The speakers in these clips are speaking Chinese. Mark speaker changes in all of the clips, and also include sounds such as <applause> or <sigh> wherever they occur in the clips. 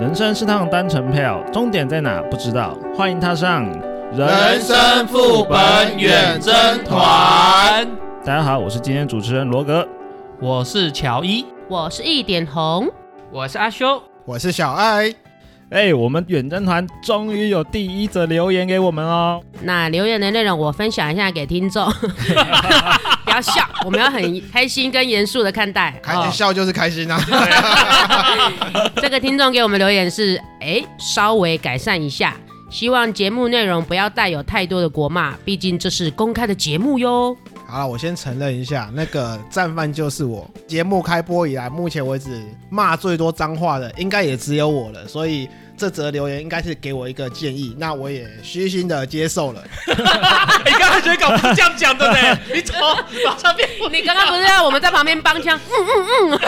Speaker 1: 人生是趟单程票，终点在哪不知道，欢迎踏上
Speaker 2: 人生副本远征团，
Speaker 1: 大家好，我是今天主持人罗格。
Speaker 3: 我是乔伊，
Speaker 4: 我是一点红，
Speaker 3: 我是阿修，
Speaker 2: 我是小爱，
Speaker 1: 哎、我们远征团终于有第一则留言给我们哦。
Speaker 4: 那留言的内容我分享一下给
Speaker 2: <laughs>
Speaker 4: 听众，不要笑，我们要很开心跟严肃的看待。
Speaker 2: 开心笑就是开心啊！ <laughs>
Speaker 4: 这个听众给我们留言是：哎、稍微改善一下，希望节目内容不要带有太多的国骂，毕竟这是公开的节目哟。
Speaker 2: 好了，我先承认一下，那个战犯就是我。节目开播以来，目前为止骂最多脏话的，应该也只有我了。所以这则留言应该是给我一个建议，那我也虚心的接受了。
Speaker 3: 哎你刚才觉得我不是这样讲的
Speaker 5: <laughs>
Speaker 3: 呢，你怎么马上变不一样？
Speaker 4: 你刚刚不是要我们在旁边帮腔？嗯
Speaker 2: 哦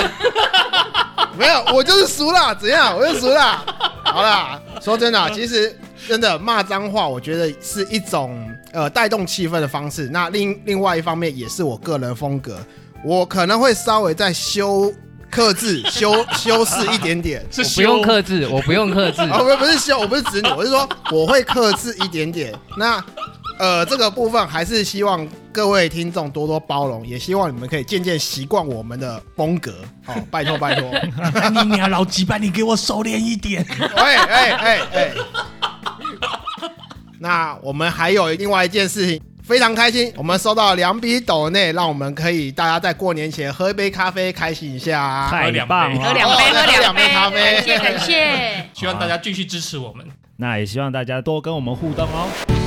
Speaker 2: 没有，我就是熟啦， <laughs> 怎样？我就熟啦。好啦，说真的啊，其实真的骂脏话，我觉得是一种呃带动气氛的方式。那另另外一方面，也是我个人风格，我可能会稍微再修克制、修修饰一点点。
Speaker 3: 是
Speaker 5: 不用克制，我不用克制。
Speaker 2: 啊，不不是修，我不是指你，我是说我会克制一点点。那呃，这个部分还是希望各位听众多多包容，也希望你们可以渐渐习惯我们的风格。好、拜托拜托。
Speaker 6: 你娘老鸡巴，你给我收敛一点！
Speaker 1: <laughs>
Speaker 2: 哎哎哎哎！ <laughs> 那我们还有另外一件事情，非常开心，我们收到两笔斗内，让我们可以大家在过年前喝一杯咖啡，开心一下啊！
Speaker 1: 太棒
Speaker 4: 喝
Speaker 1: 了！
Speaker 4: 两杯，喝两
Speaker 2: 喝两杯
Speaker 4: 杯，
Speaker 2: 咖啡
Speaker 4: 感谢感谢。
Speaker 3: 希望大家继续支持我们。
Speaker 1: 那也希望大家多跟我们互动哦。
Speaker 5: <laughs>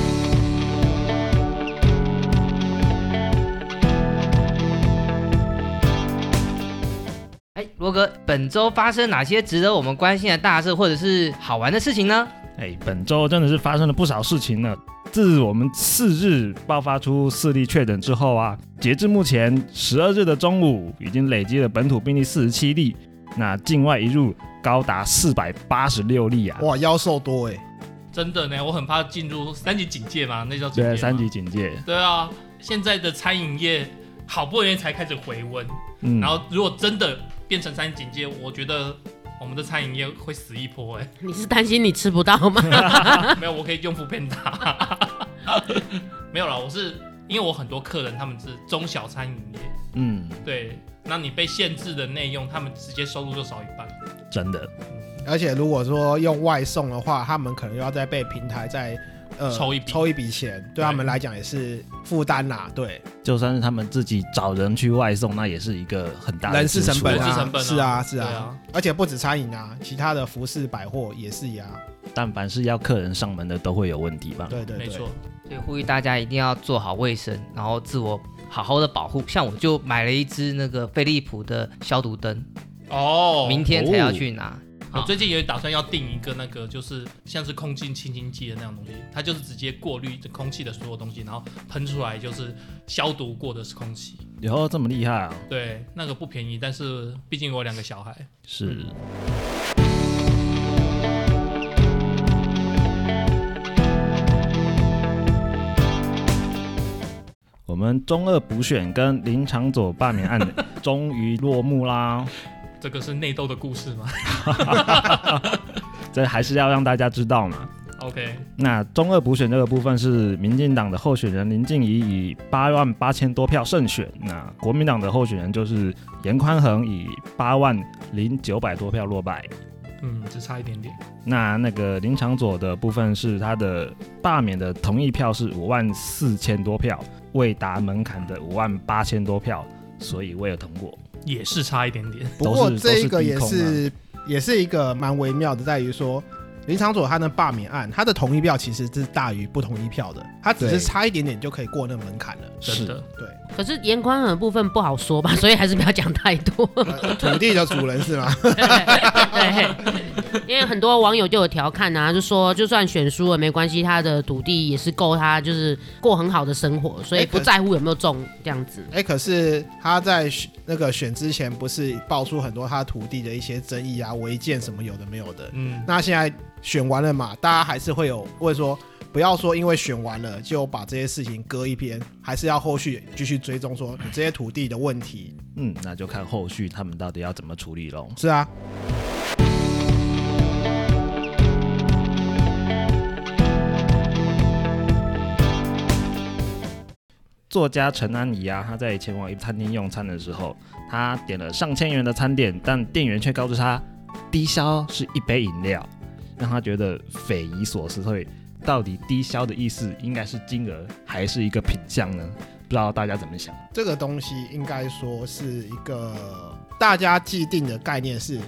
Speaker 5: 哎，罗哥，本周发生哪些值得我们关心的大事或者是好玩的事情呢？
Speaker 1: 哎、本周真的是发生了不少事情呢。自我们四日爆发出四例确诊之后啊，截至目前十二日的中午，已经累积了本土病例四十七例，那境外一入高达四百八十六例啊。
Speaker 2: 哇，妖兽多哎、
Speaker 3: 真的呢，我很怕进入三级警戒嘛，那叫警戒
Speaker 1: 对，
Speaker 3: 吗
Speaker 1: 三级。警戒。啊
Speaker 3: 对啊，现在的餐饮业好不容易才开始回温，
Speaker 1: 嗯
Speaker 3: 然后如果真的变成三级警戒，我觉得我们的餐饮业会死一波
Speaker 1: <laughs>
Speaker 3: 哎、
Speaker 4: 你是担心你吃不到吗？ <laughs>
Speaker 3: 没有，我可以用副片打。 <laughs> 没有啦，我是因为我很多客人他们是中小餐饮业，
Speaker 1: 嗯，
Speaker 3: 对，那你被限制的内用，他们直接收入就少一半。
Speaker 1: 真的，
Speaker 2: 而且如果说用外送的话，他们可能又要再被平台再呃
Speaker 3: 抽一笔
Speaker 2: 抽一笔钱，对他们来讲也是负担啦。对，
Speaker 1: 就算是他们自己找人去外送，那也是一个很大的
Speaker 2: 人事
Speaker 1: 支
Speaker 2: 成
Speaker 1: 出
Speaker 2: 本
Speaker 3: 人
Speaker 2: 啊，
Speaker 3: 事成本啊
Speaker 2: 是啊是
Speaker 3: 对
Speaker 2: 啊
Speaker 3: 啊，
Speaker 2: 而且不止餐饮啊，其他的服饰百货也是呀、啊。
Speaker 1: 但凡是要客人上门的，都会有问题吧？
Speaker 2: 对对
Speaker 3: 没
Speaker 2: 对，
Speaker 3: 错，
Speaker 5: 所以呼吁大家一定要做好卫生，然后自我好好的保护。像我就买了一支那个飞利浦的消毒灯，
Speaker 3: 哦
Speaker 5: 明天才要去拿。
Speaker 3: 我最近也打算要订一个那个，就是像是空气清新剂的那种东西，它就是直接过滤空气的所有东西，然后喷出来就是消毒过的空气。
Speaker 1: 以后这么厉害啊？
Speaker 3: 对，那个不便宜，但是毕竟我有两个小孩，
Speaker 1: 是。我们中二补选跟林长佐罢免案 <laughs> 终于落幕啦，
Speaker 3: 这个是内斗的故事吗
Speaker 1: 这还是要让大家知道嘛。
Speaker 3: ？OK，
Speaker 1: 那中二补选这个部分是民进党的候选人林静怡以八万八千多票胜选，那国民党的候选人就是严宽恒以八万零九百多票落败。
Speaker 3: 嗯，只差一点点。
Speaker 1: 那那个林长佐的部分是他的罢免的同意票是五万四千多票，未达门槛的五万八千多票，所以未有通过。
Speaker 3: 也是差一点点，
Speaker 2: 不过
Speaker 1: 都是
Speaker 2: 这一个
Speaker 1: 都是
Speaker 2: 也
Speaker 1: 低空啊
Speaker 2: 是也是一个蛮微妙的，在于说林长佐他的罢免案，他的同意票其实是大于不同意票的，他只
Speaker 1: 对
Speaker 2: 是差一点点就可以过那个门槛了。
Speaker 3: 真的。
Speaker 2: 对，
Speaker 4: 可是严宽很部分不好说吧，所以还是不要讲太多。
Speaker 2: 呃土地的主人是吗？ <laughs>
Speaker 4: 对，因为很多网友就有调侃啊，就说就算选输了没关系，他的土地也是够他就是过很好的生活，所以
Speaker 2: 哎可
Speaker 4: 不在乎有没有中这样子。
Speaker 2: 哎、可是他在选那个选之前，不是爆出很多他土地的一些争议啊、违建什么有的没有的。
Speaker 3: 嗯，
Speaker 2: 那现在选完了嘛，大家还是会有问说，不要说因为选完了就把这些事情搁一边，还是要后续继续追踪说你这些土地的问题。
Speaker 1: 嗯，
Speaker 2: 啊
Speaker 1: 那就看后续他们到底要怎么处理喽。
Speaker 2: 是啊，
Speaker 1: 作家陈安怡啊，她在前往一餐厅用餐的时候，她点了上千元的餐点，但店员却告知她低消是一杯饮料，让她觉得匪夷所思。所以到底低消的意思应该是金额还是一个品相呢？不知道大家怎么想？
Speaker 2: 这个东西应该说是一个大家既定的概念是，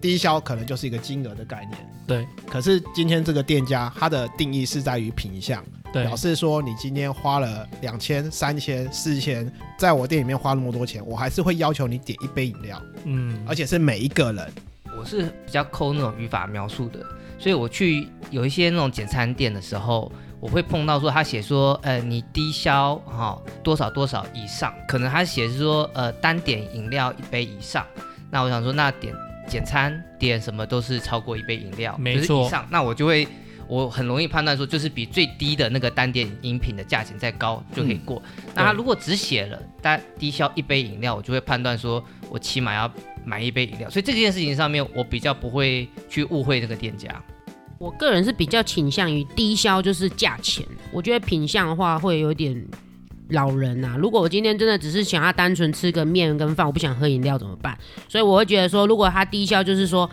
Speaker 2: 低消可能就是一个金额的概念。
Speaker 3: 对。
Speaker 2: 可是今天这个店家他的定义是在于品相，
Speaker 3: 对，
Speaker 2: 表示说你今天花了两千、三千、四千，在我店里面花那么多钱，我还是会要求你点一杯饮料，
Speaker 3: 嗯，
Speaker 2: 而且是每一个人。
Speaker 5: 我是比较抠那种语法描述的，所以我去有一些那种简餐店的时候，我会碰到说他写说，呃，你低消哈、多少多少以上，可能他写是说，呃，单点饮料一杯以上。那我想说，那点简餐点什么都是超过一杯饮料，
Speaker 3: 没
Speaker 5: 就是
Speaker 3: 错
Speaker 5: 以上，那我就会。我很容易判断说，就是比最低的那个单点饮品的价钱再高就可以过。那他如果只写了单低消一杯饮料，我就会判断说，我起码要买一杯饮料。所以这件事情上面，我比较不会去误会那个店家。
Speaker 4: 我个人是比较倾向于低消，就是价钱。我觉得品相的话会有点老人呐、如果我今天真的只是想要单纯吃个面跟饭，我不想喝饮料怎么办？所以我会觉得说，如果它低消就是说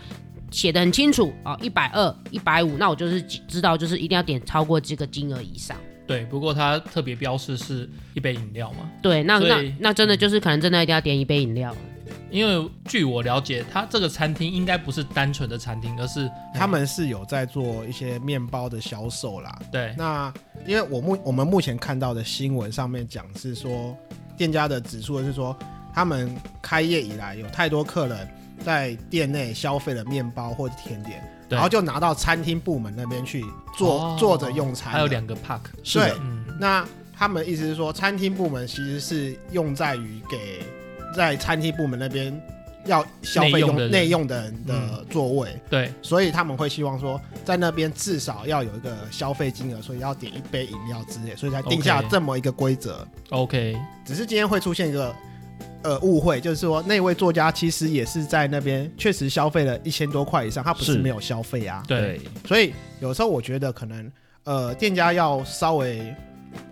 Speaker 4: 写的很清楚哦，一百二、一百五，那我就是知道就是一定要点超过这个金额以上。
Speaker 3: 对。不过它特别标示是一杯饮料嘛，
Speaker 4: 对，那
Speaker 3: 所
Speaker 4: 那
Speaker 3: 以嗯
Speaker 4: 那真的就是可能真的一定要点一杯饮料。
Speaker 3: 因为据我了解，它这个餐厅应该不是单纯的餐厅，而是
Speaker 2: 他们是有在做一些面包的销售啦。
Speaker 3: 对
Speaker 2: 那因为我目我们目前看到的新闻上面讲是说，店家的指数是说，他们开业以来有太多客人在店内消费了面包或者甜点，
Speaker 3: 对
Speaker 2: 然后就拿到餐厅部门那边去坐、
Speaker 3: 哦
Speaker 2: 坐着用餐了。
Speaker 3: 还有两个 park，
Speaker 1: 是的
Speaker 2: 对
Speaker 3: 嗯，
Speaker 2: 那他们意思是说，餐厅部门其实是用在于给在餐厅部门那边要消费
Speaker 3: 内用
Speaker 2: 用
Speaker 3: 的人
Speaker 2: 内用的人的座位。
Speaker 3: 对，
Speaker 2: 所以他们会希望说，在那边至少要有一个消费金额，所以要点一杯饮料之类，所以才定下
Speaker 3: OK
Speaker 2: 这么一个规则。
Speaker 3: OK，
Speaker 2: 只是今天会出现一个呃误会，就是说那位作家其实也是在那边确实消费了一千多块以上，他不是
Speaker 1: 是
Speaker 2: 没有消费啊。
Speaker 3: 对，
Speaker 2: 所以有时候我觉得可能呃店家要稍微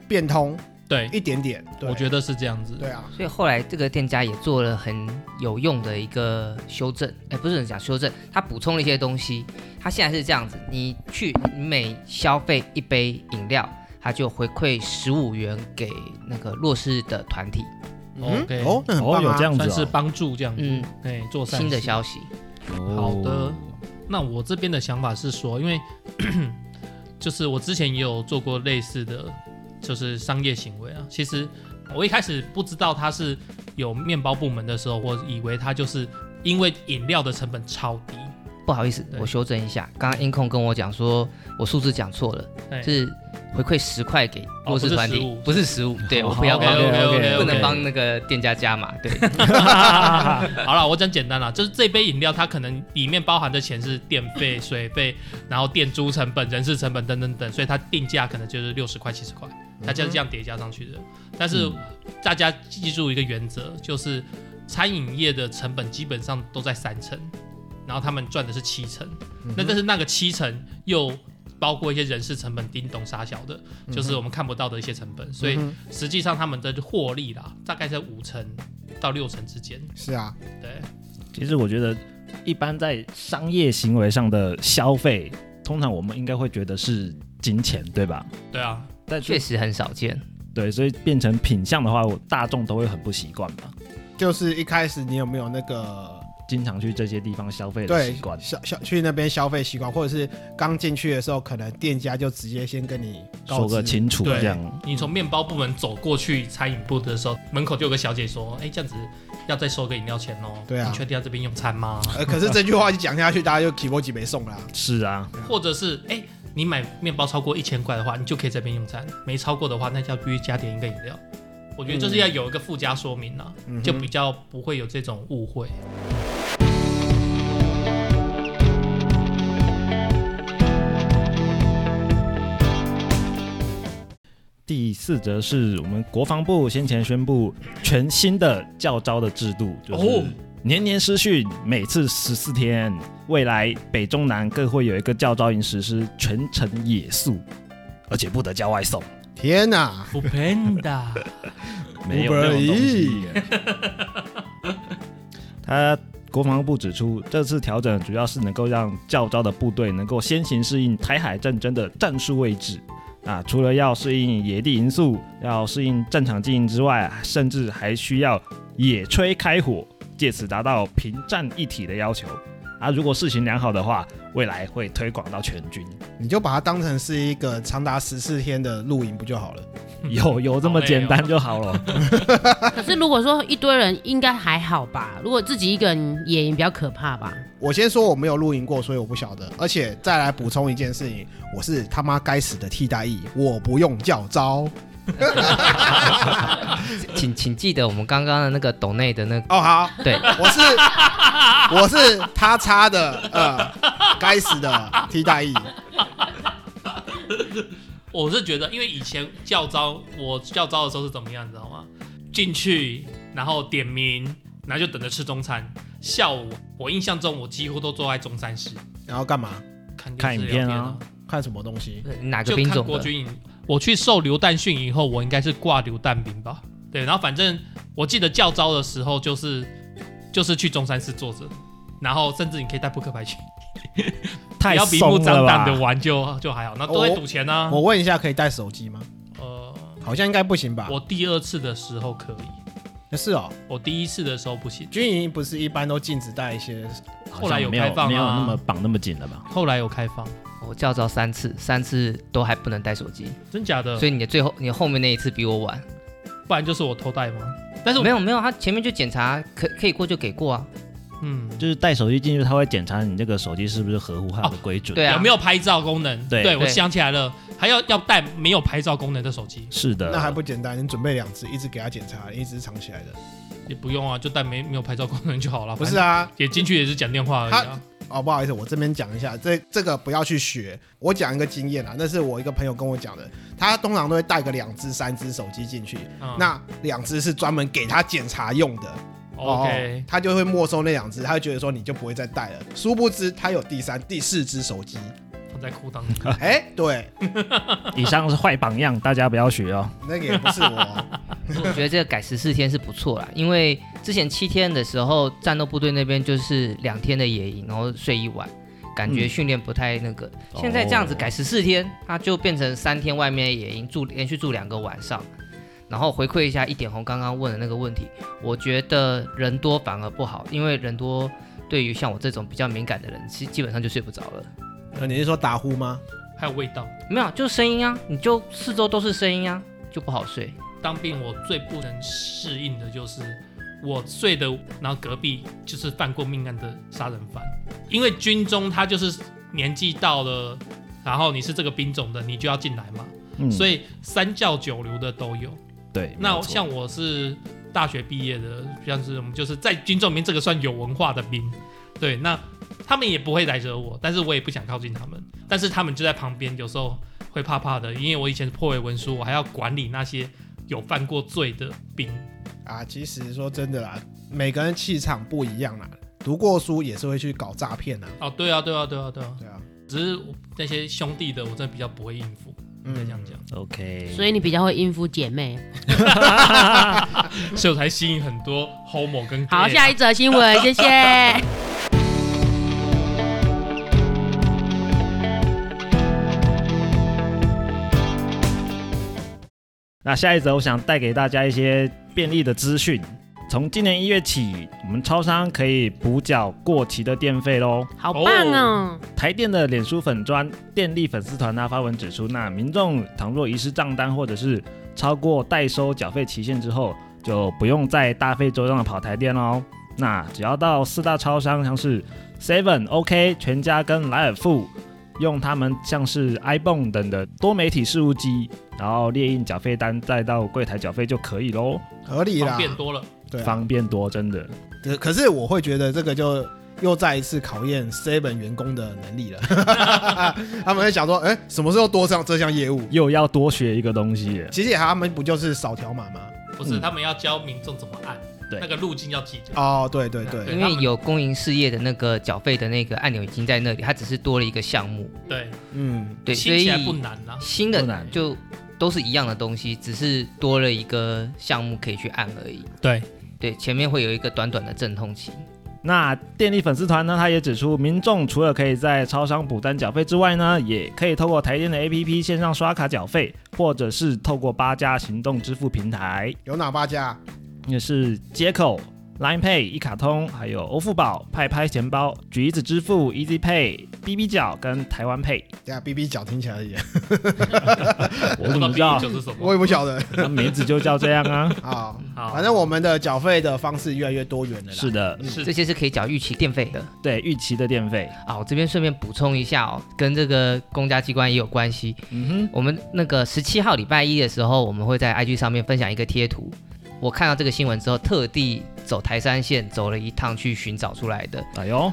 Speaker 2: 变通
Speaker 3: 对，
Speaker 2: 一点点，对
Speaker 3: 我觉得是这样子。
Speaker 2: 对啊，
Speaker 5: 所以后来这个店家也做了很有用的一个修正，哎，不是很讲修正，他补充了一些东西。他现在是这样子，你去你每消费一杯饮料，他就回馈十五元给那个弱势的团体。
Speaker 2: 嗯
Speaker 3: OK，
Speaker 2: 哦，那很棒
Speaker 1: 哦，
Speaker 2: 啊，
Speaker 1: 有这样
Speaker 3: 算
Speaker 1: 子
Speaker 3: 是帮助这样子，
Speaker 5: 嗯，
Speaker 3: 哎，做善
Speaker 5: 新的
Speaker 3: 事
Speaker 5: 消息。
Speaker 1: 哦
Speaker 3: 好的那我这边的想法是说，因为 <coughs> 就是我之前也有做过类似的，就是商业行为啊。其实我一开始不知道它是有面包部门的时候，我以为它就是因为饮料的成本超低，
Speaker 5: 不好意思，
Speaker 3: 对
Speaker 5: 我修正一下，刚刚音控跟我讲说我数字讲错了，
Speaker 3: 哎
Speaker 5: 是回馈十块给弱势团体
Speaker 3: 哦，
Speaker 5: 不是十五，
Speaker 3: <laughs>
Speaker 5: 对
Speaker 1: 哦
Speaker 5: 我不要帮，
Speaker 1: OK，OK，OK，OK
Speaker 5: 不能帮那个店家加码，
Speaker 3: <laughs>
Speaker 5: 对，
Speaker 3: 好了，我讲简单了，就是这杯饮料它可能里面包含的钱是电费、水费，然后店租成本、人事成本等等等，所以它定价可能就是六十块、七十块，它就是这样叠加上去的。但是大家记住一个原则，就是餐饮业的成本基本上都在三成，然后他们赚的是七成，那但是那个七成又。包括一些人事成本、叮咚傻小的，就是我们看不到的一些成本，所以
Speaker 2: 嗯
Speaker 3: 实际上他们的获利啦，大概在五成到六成之间。
Speaker 2: 是啊，
Speaker 3: 对，
Speaker 1: 其实我觉得，一般在商业行为上的消费，通常我们应该会觉得是金钱，对吧？
Speaker 3: 对啊，
Speaker 1: 但
Speaker 5: 确实很少见。
Speaker 1: 对，所以变成品相的话，我大众都会很不习惯嘛。
Speaker 2: 就是一开始你有没有那个
Speaker 1: 经常去这些地方消费的
Speaker 2: 对
Speaker 1: 习惯，
Speaker 2: 消消去那边消费习惯，或者是刚进去的时候，可能店家就直接先跟你告
Speaker 1: 说个
Speaker 2: 知
Speaker 1: 清楚
Speaker 3: 对
Speaker 1: 这样。
Speaker 3: 你从面包部门走过去餐饮部的时候，门口就有个小姐说：“哎、这样子要再收个饮料钱哦。”
Speaker 2: 对啊
Speaker 3: 你确定要这边用餐吗？
Speaker 2: 呃，可是这句话一讲下去，大家就提波几没
Speaker 1: <laughs>
Speaker 2: 送啦。
Speaker 1: 是啊，
Speaker 3: 或者是哎、你买面包超过一千块的话，你就可以这边用餐；没超过的话，那就要必须加点一个饮料。我觉得就是要有一个附加说明啦、
Speaker 2: 嗯
Speaker 3: 啊
Speaker 2: 嗯哼
Speaker 3: 就比较不会有这种误会。
Speaker 1: 第四则是我们国防部先前宣布全新的教招的制度，就
Speaker 3: 哦
Speaker 1: 是年年师训，每次十四天，未来北中南各会有一个教招营实施全程野宿，而且不得叫外送。
Speaker 2: 天哪！
Speaker 3: 不 <laughs> panda，
Speaker 1: 没有这种东西。他国防部指出，这次调整主要是能够让较招的部队能够先行适应台海战争的战术位置。啊，除了要适应野地因素，要适应战场经营之外啊，甚至还需要野炊开火，借此达到平战一体的要求。啊，如果事情良好的话，未来会推广到全
Speaker 3: <laughs>
Speaker 1: 军。
Speaker 2: 你就把它当成是一个长达十四天的露营不就好了？
Speaker 1: 有有这么简单就好了。
Speaker 4: 可是如果说一堆人，应该还好吧？如果自己一个人野营比较可怕吧？
Speaker 2: 我先说我没有露营过，所以我不晓得。而且再来补充一件事情，我是他妈该死的替代役，我不用教招。
Speaker 5: 请请记得我们刚刚的那个抖内的那个，
Speaker 1: <laughs>
Speaker 2: 哦，好，
Speaker 5: 对，
Speaker 2: 我是我是他插的，呃，该死的替代役。
Speaker 3: 我是觉得，因为以前教招，我教招的时候是怎么样，你知道吗？进去，然后点名，然后就等着吃中餐。下午，我印象中我几乎都坐在中山室
Speaker 2: 然后干嘛？
Speaker 3: 看
Speaker 1: 看
Speaker 3: 电视
Speaker 1: 影片
Speaker 3: 聊天
Speaker 1: 啊
Speaker 3: 啊，
Speaker 2: 看什么东西？
Speaker 5: 哪个
Speaker 3: 就
Speaker 5: 兵
Speaker 3: 看
Speaker 5: 种
Speaker 3: 国
Speaker 5: 的？
Speaker 3: 军营。我去受流弹训以后，我应该是挂流弹兵吧？对，然后反正我记得教招的时候就是就是去中山室坐着，然后甚至你可以带扑克牌去，
Speaker 1: 太
Speaker 3: 只要明目
Speaker 1: 松
Speaker 3: 张
Speaker 1: 了
Speaker 3: 胆的
Speaker 1: 吧？
Speaker 3: 玩就就还好，那都会赌钱啊。
Speaker 2: 我问一下，可以带手机吗？
Speaker 3: 呃，
Speaker 2: 好像应该不行吧？
Speaker 3: 我第二次的时候可以，
Speaker 2: 是哦，
Speaker 3: 我第一次的时候不行，
Speaker 2: 军营不是一般都禁止带一些
Speaker 3: 后来有
Speaker 1: 没有
Speaker 3: 开放啊
Speaker 1: 没有那么绑那么紧了吧？
Speaker 3: 后来有开放，
Speaker 5: 我叫招三次，三次都还不能带手机，
Speaker 3: 真假的
Speaker 5: 所？以你的最后你后面那一次比我晚。
Speaker 3: 不然就是我偷带吗？但是我
Speaker 5: 没有没有，他前面就检查，可可以过就给过啊。
Speaker 3: 嗯，
Speaker 1: 就是带手机进去，他会检查你这个手机是不是合乎他的规准。
Speaker 5: 对啊，
Speaker 3: 有没有拍照功能？
Speaker 1: 对
Speaker 3: 我
Speaker 5: 对
Speaker 3: 想起来了，还要要带没有拍照功能的手机，
Speaker 1: 是的，
Speaker 2: 那还不简单？你准备两只，一只给他检查，一只藏起来的。
Speaker 3: 也不用啊，就带没没有拍照功能就好了。
Speaker 2: 不是啊，
Speaker 3: 也进去也是讲电话而已、啊。
Speaker 2: 哦，不好意思，我这边讲一下，这这个不要去学。我讲一个经验啊，那是我一个朋友跟我讲的，他通常都会带个两只、三只手机进去，
Speaker 3: 嗯
Speaker 2: 那哦两只是专门给他检查用的。
Speaker 3: OK，、
Speaker 2: 他就会没收那两只，他就觉得说你就不会再带了。殊不知他有第三、第四只手
Speaker 3: <laughs>
Speaker 2: 机。
Speaker 3: 放在裤裆里。
Speaker 2: 哎、对，
Speaker 1: 以上是坏榜样，大家不要学哦。
Speaker 2: 那个也不是我。 <laughs>
Speaker 5: 我觉得这个改十四天是不错啦，因为之前七天的时候，战斗部队那边就是两天的野营，然后睡一晚，感觉
Speaker 1: 嗯
Speaker 5: 训练不太那个。现在这样子改十四天，它就变成三天外面的野营，住连续住两个晚上。然后回馈一下一点红刚刚问的那个问题，我觉得人多反而不好，因为人多对于像我这种比较敏感的人，其实基本上就睡不着了。
Speaker 2: 呃你是说打呼吗？
Speaker 3: 还有味道。
Speaker 5: 没有，就声音啊，你就四周都是声音啊，就不好睡。
Speaker 3: 当兵我最不能适应的就是我睡的，然后隔壁就是犯过命案的杀人犯，因为军中他就是年纪到了，然后你是这个兵种的，你就要进来嘛，
Speaker 1: 嗯，
Speaker 3: 所
Speaker 1: 以
Speaker 3: 以三教九流的都有。
Speaker 1: 对，没
Speaker 3: 那
Speaker 1: 有错
Speaker 3: 像我是大学毕业的，像是我们就是在军中里面这个算有文化的兵，对，那他们也不会来惹我，但是我也不想靠近他们，但是他们就在旁边，有时候会怕怕的，因为我以前是破伪文书，我还要管理那些有犯过罪的兵，
Speaker 2: 啊，其实说真的啦，每个人气场不一样啦。读过书也是会去搞诈骗啊。
Speaker 3: 哦，对啊，对啊，对啊，对啊，
Speaker 2: 对啊，
Speaker 3: 只是我那些兄弟的我真的比较不会应付，应该这样讲，
Speaker 1: OK，
Speaker 4: 所以你比较会应付姐妹。
Speaker 1: 嗯
Speaker 3: 所以我才吸引很多 homo 跟 gay
Speaker 4: 好，下一则新闻，谢
Speaker 3: <laughs>
Speaker 4: 谢。
Speaker 1: 那下一则我想带给大家一些便利的资讯。从今年一月起，我们超商可以补缴过期的电费喽。
Speaker 4: 好棒哦！
Speaker 1: 台电的脸书粉砖电力粉丝团他啊发文指出，那民众倘若遗失账单或者是超过代收缴费期限之后，就不用再大费周章的跑台电喽。那只要到四大超商，像是 Seven、OK、全家跟莱尔富，用他们像是 iBon 等的多媒体事务机，然后列印缴费单，再到柜台缴费就可以喽，
Speaker 2: 合理
Speaker 3: 方
Speaker 2: 啦。
Speaker 3: 便多了，
Speaker 2: 对啊、
Speaker 1: 方便多，真的。
Speaker 2: 可可是我会觉得这个就又再一次考验 Seven 员工的能力了。 <laughs> 他们会想说，哎、什么时候多上这项业务？
Speaker 1: 又要多学一个东西耶，
Speaker 2: 其实也他们不就是扫条码吗？
Speaker 3: 不是
Speaker 1: 嗯
Speaker 3: 他们要教民众怎么按，
Speaker 1: 对
Speaker 3: 那个路径要记得。
Speaker 2: 哦，对对对
Speaker 5: 因为有公营事业的那个缴费的那个按钮已经在那里，它只是多了一个项目。
Speaker 3: 对，
Speaker 2: 嗯，
Speaker 5: 对，所
Speaker 3: 听
Speaker 5: 以
Speaker 3: 起来不难啦、啊
Speaker 5: 新
Speaker 1: 不
Speaker 5: 的
Speaker 1: 难
Speaker 5: 就都是一样的东西，只是多了一个项目可以去按而已。
Speaker 3: 对，
Speaker 5: 对，前面会有一个短短的阵痛期。
Speaker 1: 那电力粉丝团呢，他也指出，民众除了可以在超商补单缴费之外呢，也可以透过台电的 APP 线上刷卡缴费，或者是透过八家行动支付平台，
Speaker 2: 有哪八家？
Speaker 1: 也是接口、Line Pay、一卡通，还有欧付宝、派拍钱包、橘子支付、Easy Pay、B B 缴跟台湾 Pay。
Speaker 2: 等下 B B 脚听起来
Speaker 3: <laughs>
Speaker 2: 也，
Speaker 1: 我怎么知道
Speaker 3: 这？是什么？
Speaker 2: 我也不晓得
Speaker 1: <laughs> 那名字就叫这样啊。
Speaker 2: 啊。
Speaker 3: 好，
Speaker 2: 反正我们的缴费的方式越来越多元了啦。嗯
Speaker 1: 是 <laughs> 的，
Speaker 3: 是
Speaker 5: 这些是可以缴预期电费的
Speaker 1: 对，预期的电费。
Speaker 5: 啊。我这边顺便补充一下哦，跟这个公家机关也有关系。
Speaker 1: 嗯
Speaker 5: 我们那个十七号礼拜一的时候，我们会在 IG 上面分享一个贴图。我看到这个新闻之后，特地走台山线走了一趟去寻找出来的。
Speaker 1: 哼，哎呦，
Speaker 5: 呃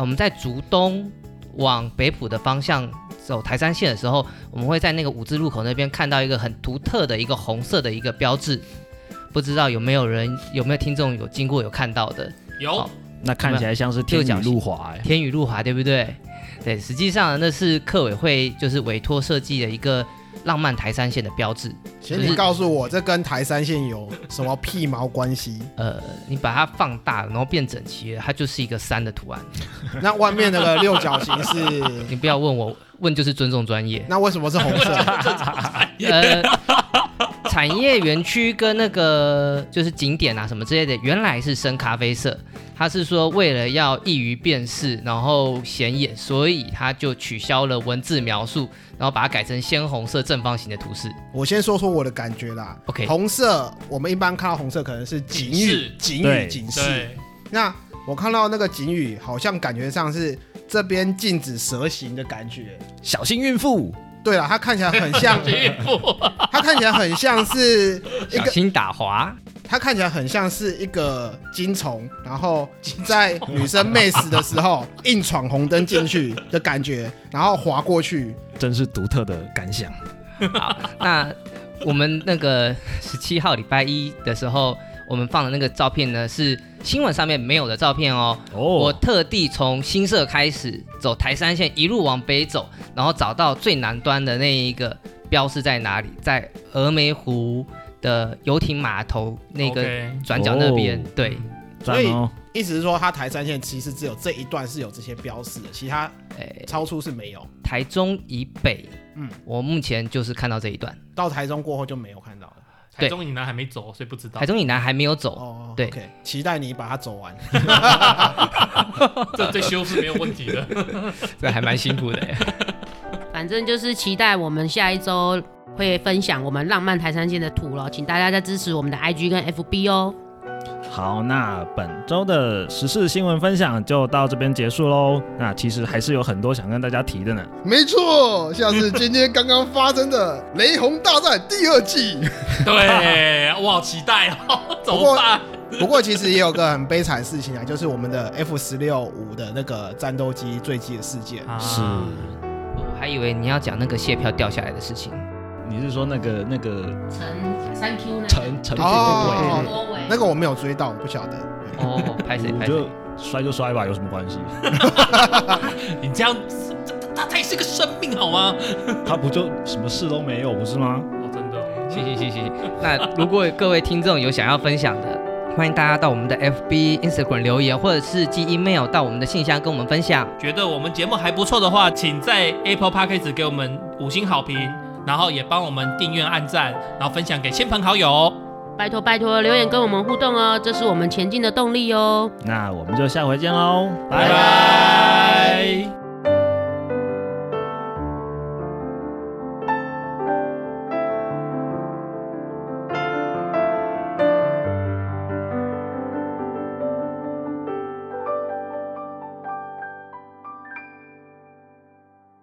Speaker 5: 我们在竹东往北浦的方向走台山线的时候，我们会在那个五字路口那边看到一个很独特的一个红色的一个标志，不知道有没有人有没有听众有经过有看到的
Speaker 3: 有
Speaker 5: 好
Speaker 1: 那看起来像是天
Speaker 5: 右脚
Speaker 1: 雨路滑哎。
Speaker 5: 天宇路华，对不对？对，实际上那是客委会就是委托设计的一个浪漫台山线的标志。
Speaker 2: 请你告诉我，这跟台山县有什么屁毛关系？
Speaker 5: 呃，你把它放大，然后变整齐了，它就是一个山的图案。
Speaker 2: <laughs> 那外面那个六角形是，
Speaker 5: 你不要问我，问就是尊重专业。
Speaker 2: 那为什么是红色？
Speaker 5: <laughs> 呃，产业园区跟那个就是景点啊什么之类的，原来是深咖啡色，它是说为了要易于辨识，然后显眼，所以它就取消了文字描述，然后把它改成鲜红色正方形的图示。
Speaker 2: 我先说说我的感觉啦。
Speaker 5: OK
Speaker 2: 红色，我们一般看到红色可能是警
Speaker 3: 警
Speaker 2: 语
Speaker 3: 示、
Speaker 2: 警
Speaker 1: 对
Speaker 2: 语、警示。
Speaker 3: 对，
Speaker 2: 那我看到那个警语，好像感觉上是这边禁止蛇行的感觉。
Speaker 1: 小心孕妇，
Speaker 2: 对了，它看起来很像，
Speaker 3: <laughs> 孕妇
Speaker 2: 它看起来很像是一
Speaker 5: 小
Speaker 2: 个，
Speaker 5: 心打滑，
Speaker 2: 它看起来很像是一个金虫，然后在女生妹死的时候硬闯红灯进去的感觉，然后滑过去。
Speaker 1: 真是独特的感想。
Speaker 5: 好， <laughs> 那我们那个十七号礼拜一的时候，我们放的那个照片呢，是新闻上面没有的照片哦。我
Speaker 1: 哦，
Speaker 5: 特地从新社开始走台山线，一路往北走，然后找到最南端的那一个标是在哪里，在峨眉湖的游艇码头那个
Speaker 3: OK
Speaker 5: 转角那边。
Speaker 1: 哦
Speaker 5: 对，
Speaker 1: 赞哦。
Speaker 2: 意思是说，它台山线其实只有这一段是有这些标识的，其他
Speaker 5: 诶，
Speaker 2: 超出是没有。
Speaker 5: 台中以北，
Speaker 2: 嗯
Speaker 5: 嗯，我目前就是看到这一段，
Speaker 2: 到台中过后就没有看到了。
Speaker 3: 台中以南还没走，所以不知道
Speaker 5: 台。中以南还没有走。
Speaker 2: 哦，
Speaker 5: 对
Speaker 2: o k 期待你把它走完。
Speaker 3: 这这修是没有问题的。
Speaker 5: 这还蛮辛苦的耶。
Speaker 4: <laughs> 反正就是期待我们下一周会分享我们浪漫台山线的图了，请大家再支持我们的 IG 跟 FB 哦。
Speaker 1: 好，那本周的时事新闻分享就到这边结束喽。那其实还是有很多想跟大家提的呢。
Speaker 2: <laughs> 没错，像是今天刚刚发生的 <laughs> 《雷洪大战》第二季。
Speaker 3: 对，我好期待哦， <laughs> 怎
Speaker 2: 不过
Speaker 3: 么办？
Speaker 2: 不过其实也有个很悲惨的事情啊，就是我们的 F 十六五的那个战斗机坠机的事件。
Speaker 3: 啊
Speaker 1: 是
Speaker 5: 我还以为你要讲那个蟹票掉下来的事情。
Speaker 1: 你是说那个那个
Speaker 4: 陈三 Q 呢？
Speaker 1: 陈陈
Speaker 2: 哦
Speaker 4: 陈郭伟
Speaker 2: 那个我没有追到，我不晓得。
Speaker 5: 哦，拍谁
Speaker 1: 你
Speaker 5: 拍谁
Speaker 1: 就？摔就摔吧，有什么关系？
Speaker 3: 你这样，这这他他也是个生命好吗？
Speaker 1: 他不就什么事都没有，不是吗？
Speaker 3: 哦，真的哦，
Speaker 5: 行行行行，那如果各位听众有想要分享的，欢迎大家到我们的 FB、Instagram 留言，或者是寄 email 到我们的信箱跟我们分享。
Speaker 3: 觉得我们节目还不错的话，请在 Apple Podcast 给我们五星好评，然后也帮我们订阅、按赞，然后分享给亲朋好友哦。
Speaker 4: 拜托拜托，留言跟我们互动哦，这是我们前进的动力哦。
Speaker 1: 那我们就下回见喽，拜
Speaker 3: 拜拜。